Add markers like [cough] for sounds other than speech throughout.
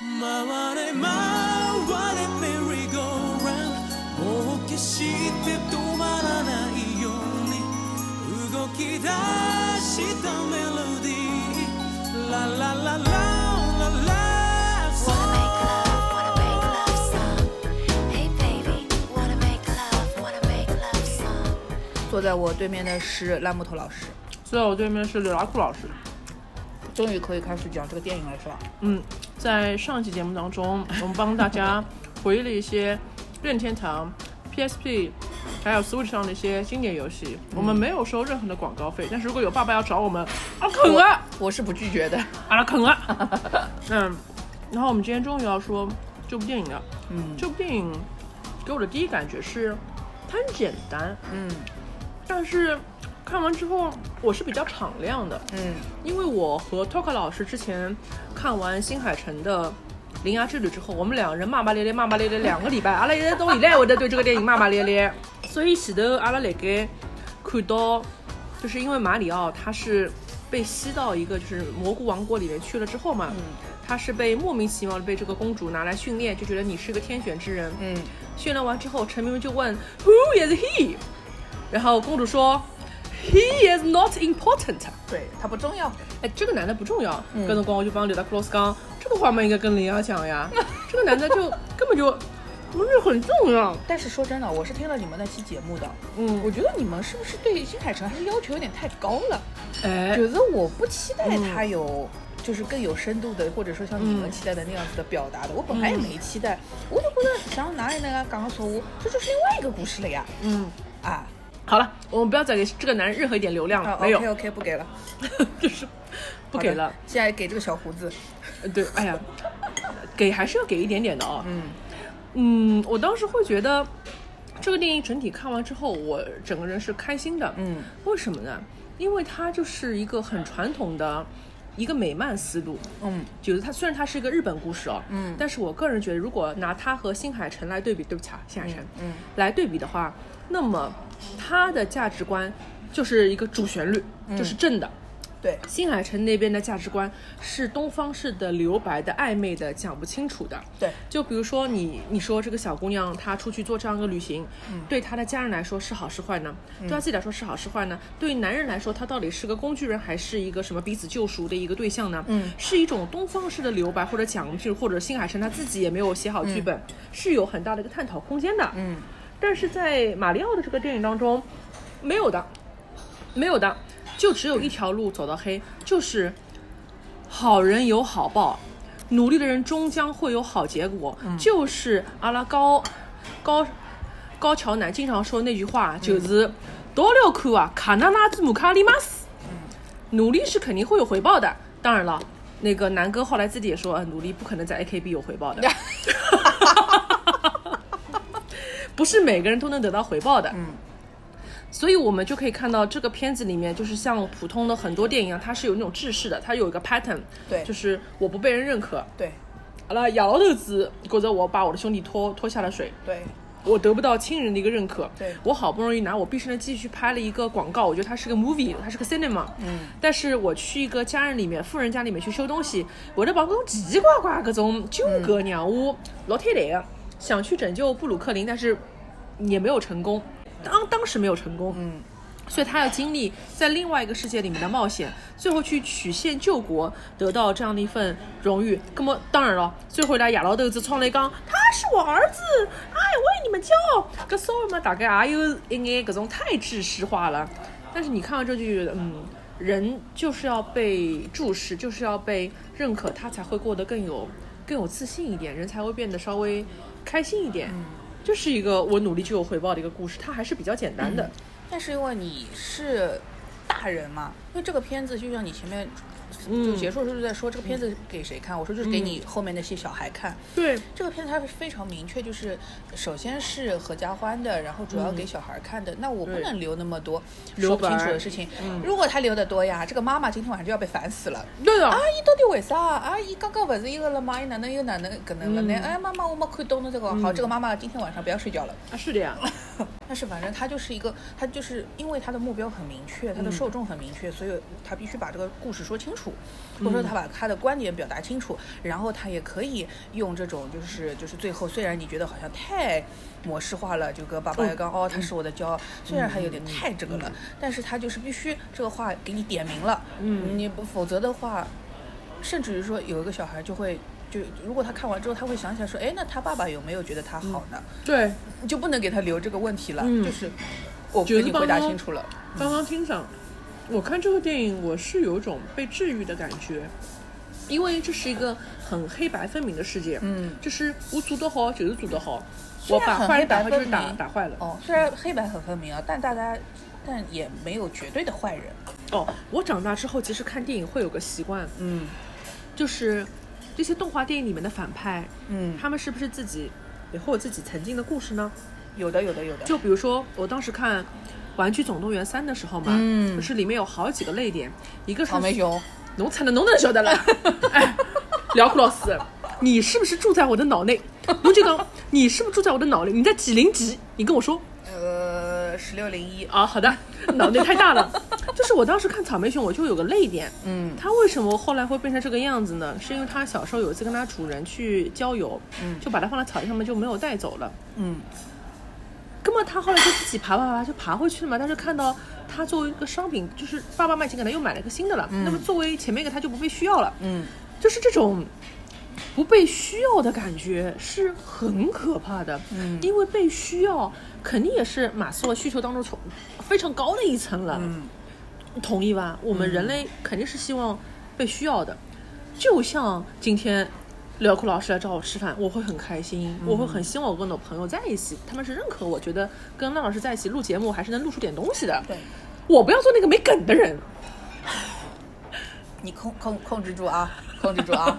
回れ回れメリーゴーランドもう決して止まらないように動き出したメロディーララララララ Wanna make love, wanna make love song. Hey baby, wanna make love, wanna make love song. 坐在我对面的是烂木头老师，坐在我对面是刘拉库老师。终于可以开始讲这个电影来说了。嗯，在上期节目当 [laughs] 中，我们帮大家回忆了一些任天堂、PSP 还有 Switch 上的一些经典游戏。我们没有收任何的广告费，但是如果有爸爸要找我们，啊啃啊，我是不拒绝的。啊啃啊， [laughs] 嗯，然后我们今天终于要说这部电影了。嗯这部电影给我的第一感觉是，它很简单，嗯但是看完之后我是比较敞亮的。嗯因为我和 Toka 老师之前看完新海诚的《铃芽之旅》之后，我们两人骂骂咧咧，骂骂咧咧两个礼拜，阿拉一直到现在会得对这个电影骂骂咧咧。所以前头阿拉辣盖看到，就是因为马里奥他是被吸到一个就是蘑菇王国里面去了之后嘛，他是被莫名其妙的被这个公主拿来训练，就觉得你是个天选之人。嗯，训练完之后，陈明明就问 Who is he？然后公主说 He is not important。对，它不重要。哎，这个男的不重要。嗯跟着光我就帮刘大 close 刚，这个话嘛应该跟林雅讲 [laughs] 呀。这个男的就根本就不是很重要。但是说真的，我是听了你们那期节目的，嗯，我觉得你们是不是对新海诚还是要求有点太高了？哎，觉得我不期待他有。就是更有深度的，或者说像你们嗯期待的那样子的表达的，我本来也没期待，我就觉得像哪里那个讲错误，这就是另外一个故事了呀！嗯，啊，好了，我们不要再给这个男人任何一点流量了，啊没有，OK，OK，不给了， [laughs] 就是不给好了的。，现在给这个小胡子，呃对，哎呀，给还是要给一点点的哦。嗯嗯，我当时会觉得这个电影整体看完之后，我整个人是开心的。嗯为什么呢？因为它就是一个很传统的一个美漫思路。嗯就是它虽然它是一个日本故事哦，嗯但是我个人觉得，如果拿它和新海诚来对比，对不起啊，新海诚，嗯来对比的话，那么它的价值观就是一个主旋律，嗯就是正的。对，新海诚那边的价值观是东方式的留白的、暧昧的、讲不清楚的。对，就比如说你，你说这个小姑娘她出去做这样一个旅行，嗯对她的家人来说是好是坏呢？对她自己来说是好是坏呢？对于男人来说，她到底是个工具人，还是一个什么彼此救赎的一个对象呢？嗯是一种东方式的留白，或者讲不清楚，或者新海诚他自己也没有写好剧本，是有很大的一个探讨空间的。嗯但是在马里奥的这个电影当中，没有的，没有的，就只有一条路走到黑，就是好人有好报，努力的人终将会有好结果，就是阿拉高高高桥南经常说那句话，就是多留看啊，卡纳拉之姆卡利马斯，努力是肯定会有回报的，当然了。那个南哥后来自己也说，呃努力不可能在 AKB 有回报的，不是每个人都能得到回报的。嗯，所以我们就可以看到这个片子里面，就是像普通的很多电影一啊样，它是有那种制式的，它有一个 pattern，对就是我不被人认可， [laughs] 对阿拉野老头子觉着我把我的兄弟拖拖下了水，对，我得不到亲人的一个认可，对我好不容易拿我毕生的积蓄拍了一个广告，我觉得它是个 movie，它是个 cinema，嗯，但是我去一个家人里面、富人家里面去修东西，嗯我的帮各种奇奇怪怪各种纠葛让我老太累的，想去拯救布鲁克林，但是也没有成功，当当时没有成功，嗯，所以他要经历在另外一个世界里面的冒险，最后去曲线救国，得到这样的一份荣誉。那么当然了，最后来亚劳豆子创了一讲，他是我儿子，哎，为你们骄傲。搿稍微嘛，大概也有一眼搿种太制式化了。但是你看完这就觉得，嗯，人就是要被注视，就是要被认可，他才会过得更有更有自信一点，人才会变得稍微开心一点。这是一个我努力就有回报的一个故事，它还是比较简单的。但是因为你是大人嘛，因为这个片子就像你前面就嗯结束的时候就在说、这个片子给谁看，我说就是给你后面那些小孩看。对，这个片子它是非常明确，就是首先是合家欢的，然后主要给小孩看的。那我不对能留那么多嗯留说不清白嗯楚的事情。如果他留的多呀，这个妈妈今天晚上就要被烦死了。对的，啊阿姨到底为啥？阿姨刚刚不是一个了吗？阿姨哪能又嗯哎哪能搿能了呢？哎，妈妈，我没看懂侬在讲。好，这个妈妈今天晚上不要睡觉了。啊是的呀，但是反正他就是一个，他就是因为他的目标很明确，他的受众很明确，所以他必须把这个故事说清楚，或者说他把他的观点表达清楚，然后他也可以用这种就是就是最后虽然你觉得好像太。模式化了，就跟爸爸也刚哦，他嗯是我的骄傲。虽然还有点太这个了，但是他就是必须这个话给你点明了，嗯，你不否则的话，甚至于说有一个小孩就会就如果他看完之后，他会想起来说，哎，那他爸爸有没有觉得他好呢？对，你就不能给他留这个问题了，嗯就是我觉给得你帮回答帮清楚了。刚刚听上，我看这个电影，我是有一种被治愈的感觉，因为这是一个很黑白分明的世界。嗯，就是我做得好就是做得好，虽我然把很坏黑人打白坏分就是打明打坏了。哦，虽然黑白很分明啊，但大家但也没有绝对的坏人。哦，我长大之后其实看电影会有个习惯，嗯就是这些动画电影里面的反派，嗯，他们是不是自己也会有自己曾经的故事呢？有的有的有的。就比如说我当时看《玩具总动员三》的时候嘛，嗯哦就是里面有好几个泪点，一个是草莓熊，侬才能侬能晓得了。哎，辽阔老师，你是不是住在我的脑内？侬就讲你是不是住在我的脑内？你在几零几？你跟我说呃，十六零一，啊，好的， [laughs] 脑内太 [laughs] 大了。就是我当时看草莓熊，我就有个泪点。嗯他为什么后来会变成这个样子呢？是因为他小时候有一次跟他主人去郊游，嗯就把它放在草地上面就没有带走了。嗯那么他后来就自己爬爬爬就爬回去了嘛，但是看到他作为一个商品，就是爸爸卖钱给他又买了一个新的了，那么作为前面一个他就不被需要了，嗯，就是这种不被需要的感觉是很可怕的，嗯因为被需要肯定也是马斯洛需求当中从非常高的一层了，嗯同意吧？我们人类肯定是希望被需要的，就像今天。辽阔老师来找我吃饭，我会很开心，我会很希望我跟我的朋友在一起，他们是认可我觉得跟廖老师在一起录节目还是能录出点东西的。对，我不要做那个没梗的人，你控控控制住啊，控制住 [laughs] 啊。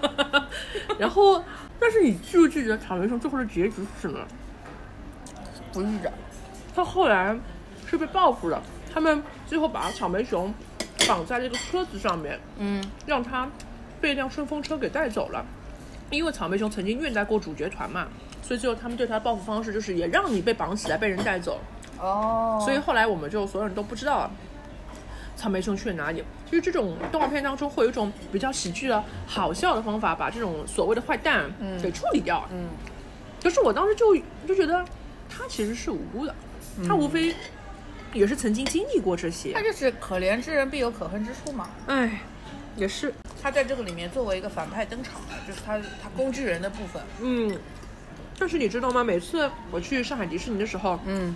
然后，但是你拒不拒绝草莓熊最后的结局是什么？不是的，他后来是被报复了，他们最后把草莓熊绑在这个车子上面，嗯让他被一辆顺风车给带走了。因为草莓熊曾经虐待过主角团嘛，所以最后他们对他的报复方式就是也让你被绑起来，被人带走。哦，所以后来我们就所有人都不知道草莓熊去了哪里。就是这种动画片当中会有一种比较喜剧的好笑的方法，把这种所谓的坏蛋嗯给处理掉。嗯可是我当时就就觉得他其实是无辜的，他无非也是曾经经历过这些嗯他，就是可怜之人必有可恨之处嘛。哎，也是，他在这个里面作为一个反派登场了，就是他他工具人的部分。嗯。但是你知道吗？每次我去上海迪士尼的时候，嗯，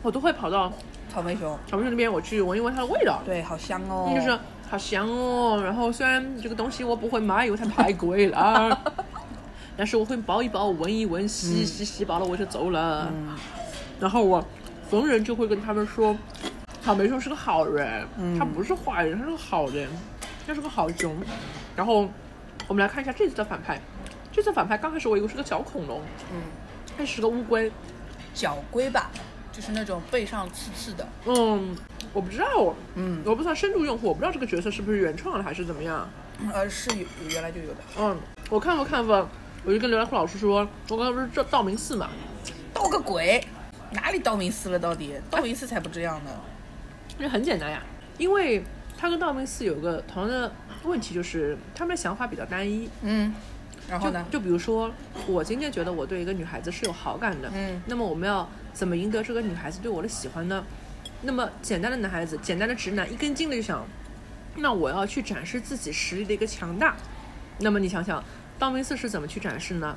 我都会跑到草莓熊，草莓熊那边，我去闻一闻它的味道，对，好香哦那。就是好香哦。然后虽然这个东西我不会买，因为它太贵 [laughs] 了啊，但是我会薄一薄，闻一闻，吸一吸，吸饱了我就走了。嗯然后我逢人就会跟他们说，草莓熊是个好人，嗯他不是坏人，他是个好人，他是个好熊。然后我们来看一下这次的反派，这次反派刚开始我以为是个小恐龙，嗯，它是个乌龟，角龟吧，就是那种背上刺刺的。嗯，我不知道，嗯，我不算深度用户，我不知道这个角色是不是原创的还是怎么样。呃，是有有原来就有的。嗯，我看过看过，我就跟刘兰库老师说，我刚刚不是这道明寺嘛，道个鬼，哪里道明寺了？到底道明寺才不这样呢。那很简单呀，因为他跟道明寺有个同样的问题，就是他们的想法比较单一。嗯，然后就呢？就比如说，我今天觉得我对一个女孩子是有好感的，嗯那么我们要怎么赢得这个女孩子对我的喜欢呢？那么简单的男孩子，简单的直男一根筋的就想，那我要去展示自己实力的一个强大。那么你想想，道明寺是怎么去展示呢？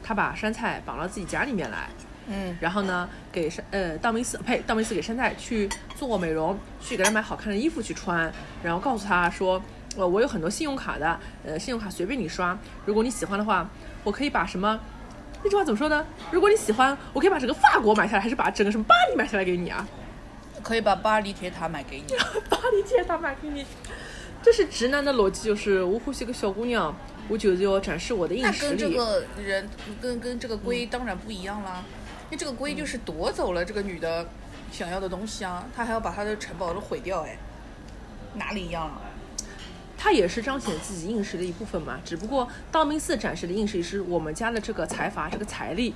他把杉菜绑到自己家里面来，嗯然后呢，给山呃道明寺呸道明寺给山菜去做美容，去给她买好看的衣服去穿，然后告诉她说，呃我有很多信用卡的，呃信用卡随便你刷，如果你喜欢的话，我可以把什么那句话怎么说呢？如果你喜欢，我可以把整个法国买下来，还是把整个什么巴黎买下来给你啊？ [laughs] 可以把巴黎铁塔买给你。巴黎铁塔买给你。这是直男的逻辑，就是我欢喜个小姑娘，我就是要展示我的硬那实跟力。这个人，跟跟这个龟当然不一样啦，因为这个龟就是夺走了这个女的想要的东西啊，他还要把她的城堡都毁掉，哎，哪里一样啊？它也是彰显自己硬实力的一部分嘛。只不过道明寺展示的硬实力是我们家的这个财阀、这个财力，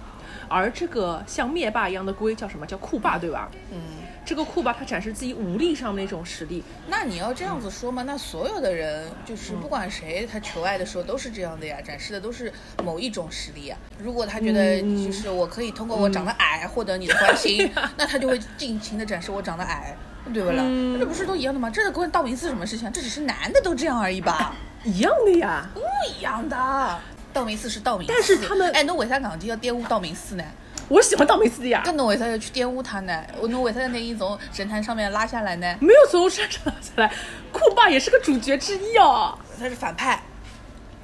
而这个像灭霸一样的龟叫什么叫酷霸，对吧？嗯，这个酷霸它展示自己武力上的那种实力，那你要这样子说嘛？嗯那所有的人就是不管谁，他求爱的时候都是这样的呀，展示的都是某一种实力呀。如果他觉得嗯就是我可以通过我长得矮获得你的欢 [laughs] 心， [laughs] 那他就会尽情的展示我长得矮，对不啦？嗯那这不是都一样的吗？这个关道明寺什么事情啊？这只是男的都这样而已吧，一样的呀。不一样的。道明寺是道明寺，但是他们哎，侬为啥讲就要玷污道明寺呢？我喜欢道明寺的呀，那侬为啥要去玷污他呢？侬为啥要拿伊从神坛上面拉下来呢？没有从山上下来，酷霸也是个主角之一哦，他是反派。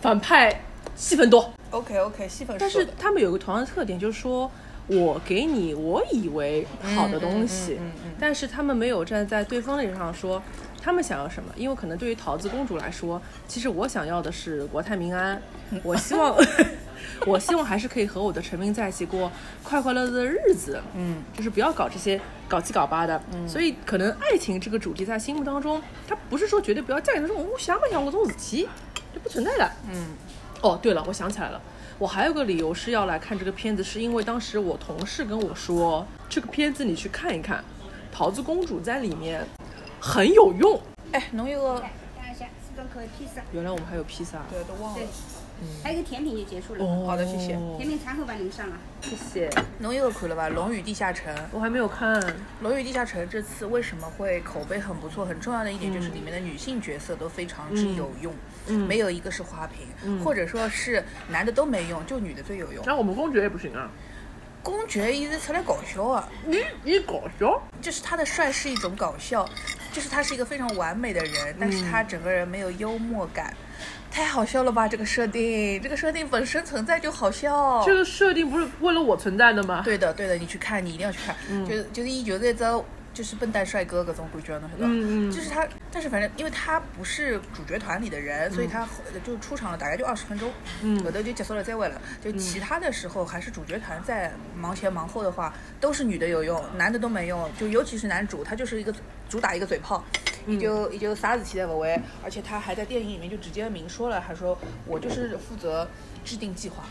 反派戏份多。 OK OK，戏份但是他们有个同样的特点，就是说我给你我以为好的东西，但是他们没有站在对方立场上说他们想要什么，因为可能对于桃子公主来说，其实我想要的是国泰民 [laughs] 安，我希望。我希望还是可以和我的臣民在一起过快快乐乐的日子，嗯，就是不要搞这些搞七搞八的，嗯，所以可能爱情这个主题在心目当中，它不是说绝对不要嫁给那种我想没想过这种事体，这不存在的，哦，对了，我想起来了，我还有个理由是要来看这个片子，是因为当时我同事跟我说，这个片子你去看一看，桃子公主在里面很有用。哎，侬有个大家下，四川口味披萨，原来我们还有披萨。对都忘对，还有一个甜品就结束了。哦，好的谢谢甜品餐后帮你们上啊了。谢谢。侬有个看了吧？《龙与地下城》，《我还没有看，龙与地下城》这次为什么会口碑很不错？很重要的一点就是里面的女性角色都非常之有用，没有一个是花瓶，或者说是男的都没用，就女的最有用。那我们公爵也不行啊，公爵一直出来搞笑啊，你你搞笑。就是他的帅是一种搞笑，就是他是一个非常完美的人，但是他整个人没有幽默感，太好笑了吧？这个设定，这个设定本身存在就好笑。这个设定不是为了我存在的吗？嗯对的，对的，你去看，你一定要去看。就是就是一觉得这就是笨蛋帅哥各种感觉那个，嗯嗯就是他，但是反正因为他不是主角团里的人，嗯所以他后就出场了大概就二十分钟，有的就结束了再问了。就其他的时候还是主角团在忙前忙后的话，都是女的有用，男的都没用。就尤其是男主，他就是一个主打一个嘴炮。嗯也就也就啥事体侪勿会，而且他还在电影里面就直接明说了，他说我就是负责制定计划，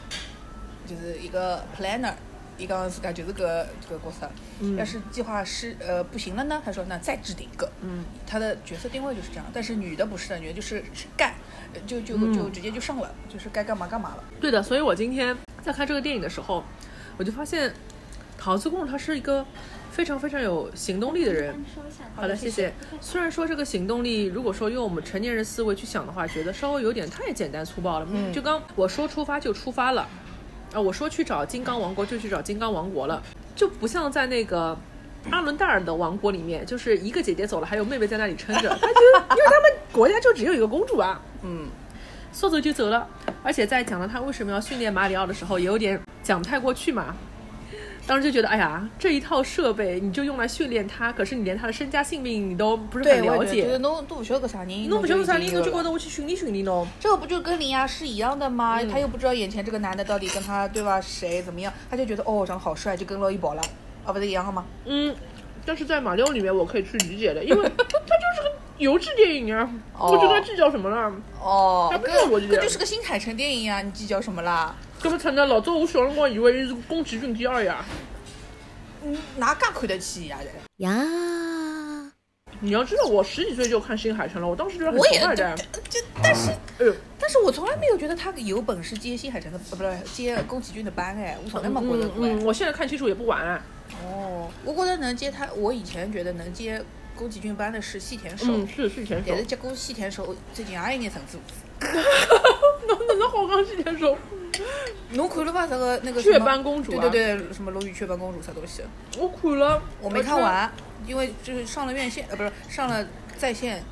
就是一个 planner，伊讲自家就是个这个角色。嗯要是计划失呃不行了呢，他说那再制定一个。嗯，他的角色定位就是这样，但是女的不是的，女的就是干，呃就就嗯就直接就上了，就是该干嘛干嘛了。对的，所以我今天在看这个电影的时候，我就发现桃子公主她是一个非常非常有行动力的人。好的，谢谢。虽然说这个行动力，如果说用我们成年人思维去想的话，觉得稍微有点太简单粗暴了。嗯，就刚我说出发就出发了，啊，我说去找金刚王国就去找金刚王国了，就不像在那个。阿伦戴尔的王国里面，就是一个姐姐走了，还有妹妹在那里撑着。 [laughs] 她就因为他们国家就只有一个公主啊，说走就走了。而且在讲到他为什么要训练马里奥的时候，也有点讲不太过去嘛。当时就觉得，哎呀，这一套设备你就用来训练他，可是你连他的身家性命你都不是很我也觉得就了是解。侬都不晓得个啥人，侬不晓得啥，已你经侬有就了觉得我去训练训练侬。这个不就跟林雅是一样的吗？嗯他又不知道眼前这个男的到底跟他对吧谁怎么样，他就觉得哦长得好帅，就跟洛伊宝了，啊不是一样的吗？嗯，但是在马里奥里面我可以去理解的，因 [laughs] 为它就是个油脂电影啊，哦我觉得计较什么了？哦他，不是我跟就这跟样就是个新海诚电影啊，你计较什么啦？搿么才能老早我小辰光以为是宫崎骏第二呀。嗯，哪噶看得起呀、呀，你要知道，我十几岁就看新海诚了，我当时觉得很我也崇拜就的。就，但是哎呦，但是我从来没有觉得他有本事接新海诚的，呃不是接宫崎骏的班哎，我从来没觉得嗯过哎嗯，。我现在看清楚也不晚、哦，我觉得能接他，我以前觉得能接宫崎骏班的是细田守，嗯，是是前手 [laughs] 但。是结果细田守最近也有眼神子。能能能好钢琴手，侬看了吧？这个那个雀什么斑公主啊对对对，什么《龙与雀斑公主》啥东西？我看了，我没看。完，因为就是上了院线，呃，不是上了在线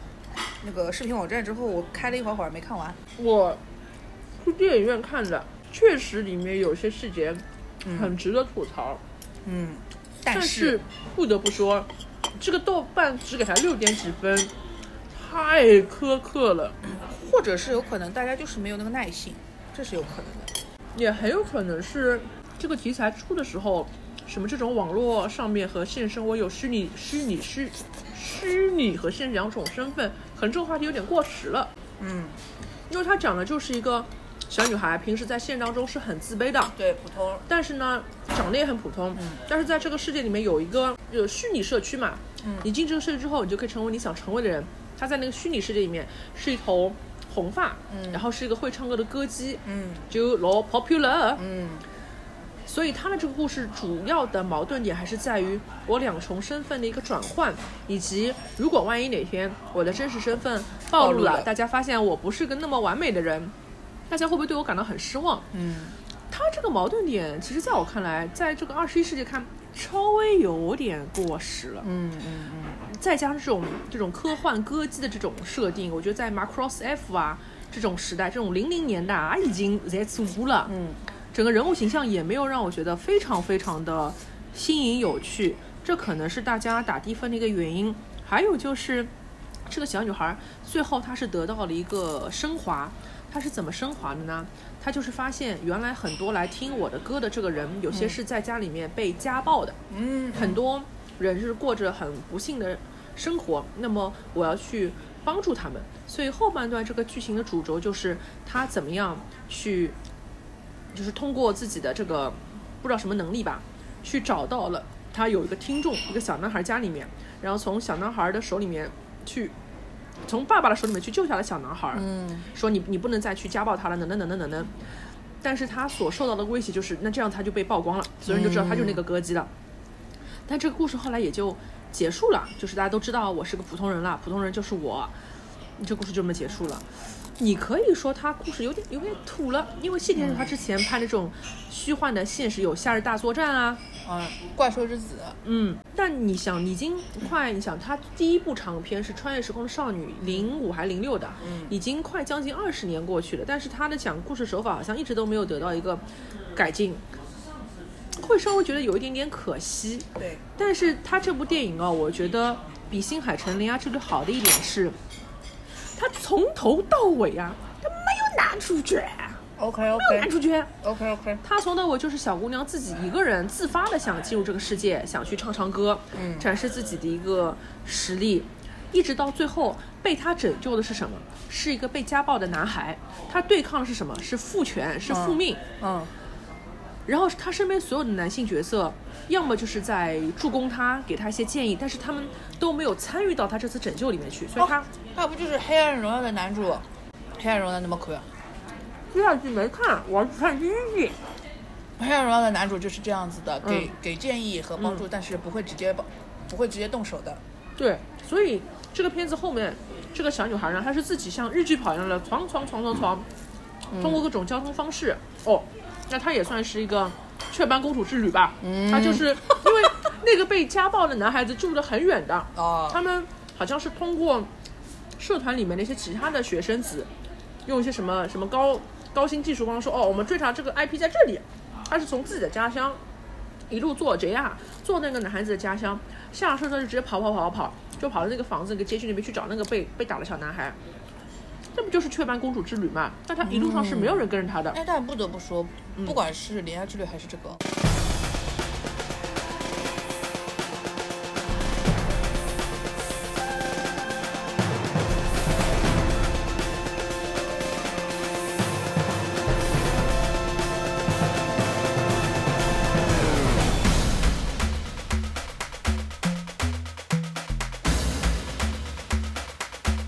那个视频网站之后，我开了一会儿会儿没看完。我去电影院看的，确实里面有些细节很值得吐槽，嗯，但但是不得不说，这个豆瓣只给他六点几分，太苛刻了，或者是有可能大家就是没有那个耐性，这是有可能的。也很有可能是这个题材出的时候。什么这种网络上面和现实生活有虚拟、虚拟、虚、虚拟和现实两种身份，可能这个话题有点过时了。嗯，因为她讲的就是一个小女孩，平时在现实当中是很自卑的，对，普通，但是呢，长得也很普通。但是在这个世界里面有一个有虚拟社区嘛，你进这个社区之后，你就可以成为你想成为的人。他在那个虚拟世界里面是一头红发，然后是一个会唱歌的歌姬，嗯就老 popular。嗯所以他的这个故事主要的矛盾点还是在于我两重身份的一个转换，以及如果万一哪天我的真实身份暴暴露露了，了大家发现我不是个那么完美的人，大家会不会对我感到很失望？嗯，他这个矛盾点，其实在我看来，在这个二十一世纪看，稍微有点过时了。嗯嗯再加上这种这种科幻歌姬的这种设定，我觉得在 Macross F 啊这种时代，这种零零年代啊，已经在出屋了。嗯，整个人物形象也没有让我觉得非常非常的新颖有趣，这可能是大家打低分的一个原因。还有就是，这个小女孩最后她是得到了一个升华，她是怎么升华的呢？她就是发现原来很多来听我的歌的这个人，有些是在家里面被家暴的，嗯很多人是过着很不幸的生活，那么我要去帮助他们。所以后半段这个剧情的主轴就是他怎么样去，就是通过自己的这个不知道什么能力吧，去找到了他有一个听众，一个小男孩家里面，然后从小男孩的手里面去。从爸爸的手里面去救下了小男孩，嗯说你你不能再去家暴他了，等等等等等等。但是他所受到的威胁就是，那这样他就被曝光了，所有人就知道他就是那个歌姬了。但这个故事后来也就结束了，就是大家都知道我是个普通人了，普通人就是我，这故事就这么结束了。你可以说他故事有点有点土了，因为谢天是他之前拍那种虚幻的现实有《夏日大作战》啊，啊，怪兽之子，嗯，但你想，已经快，你想，他第一部长片是《穿越时空的少女》，零五还零六的，已经快将近二十年过去了，但是他的讲故事手法好像一直都没有得到一个改进，会稍微觉得有一点点可惜。对，但是他这部电影啊，我觉得比《新海诚铃芽之旅》好的一点是，他从头到尾啊，他没有男主角， OK 没有男 OK 主角。 OK OK，她从头到尾就是小姑娘自己一个人自发的想进入这个世界，想去唱唱歌，嗯展示自己的一个实力，一直到最后被她拯救的是什么？是一个被家暴的男孩，他对抗的是什么？是父权，是父命。嗯然后她身边所有的男性角色，要么就是在助攻她，给她一些建议，但是他们都没有参与到她这次拯救里面去，所以她哦那不就是黑暗荣耀的男主？黑暗荣耀那么可爱。第二季没看，我只看第一季。 《黑暗荣耀》的男主就是这样子的，给、嗯给建议和帮助，但是不会直接帮，不会直接动手的。对，所以这个片子后面，这个小女孩呢，她是自己像日剧跑一样的闯闯闯闯闯，通过各种交通方式，哦，那她也算是一个雀斑公主之旅吧。嗯她就是因为那个被家暴的男孩子住得很远的，哦他们好像是通过社团里面的一些其他的学生子，用一些什么什么高高新技术光说，哦，我们追查这个 IP 在这里，他是从自己的家乡一路坐 JR 坐那个男孩子的家乡，下了车之后就直接跑跑跑跑跑，就跑到那个房子那个街区那边去找那个被被打的小男孩。这不就是雀斑公主之旅嘛？但他一路上是没有人跟着他的，哎，但不得不说，不管是《恋爱之旅》还是这个， 「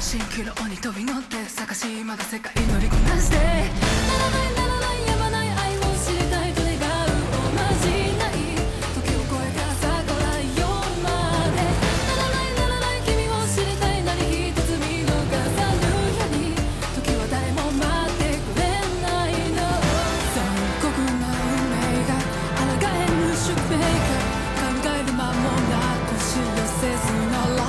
蜃気楼に飛び乗って探しまだ世界乗りこなしてならないならないやまない愛を知りたいと願うおまじない時を越えた朝から夜までならないならない君を知りたい何一つ見逃さぬように時は誰も待ってくれないの残酷な運命が抗えぬ宿命が考える間もなく押し寄せずなら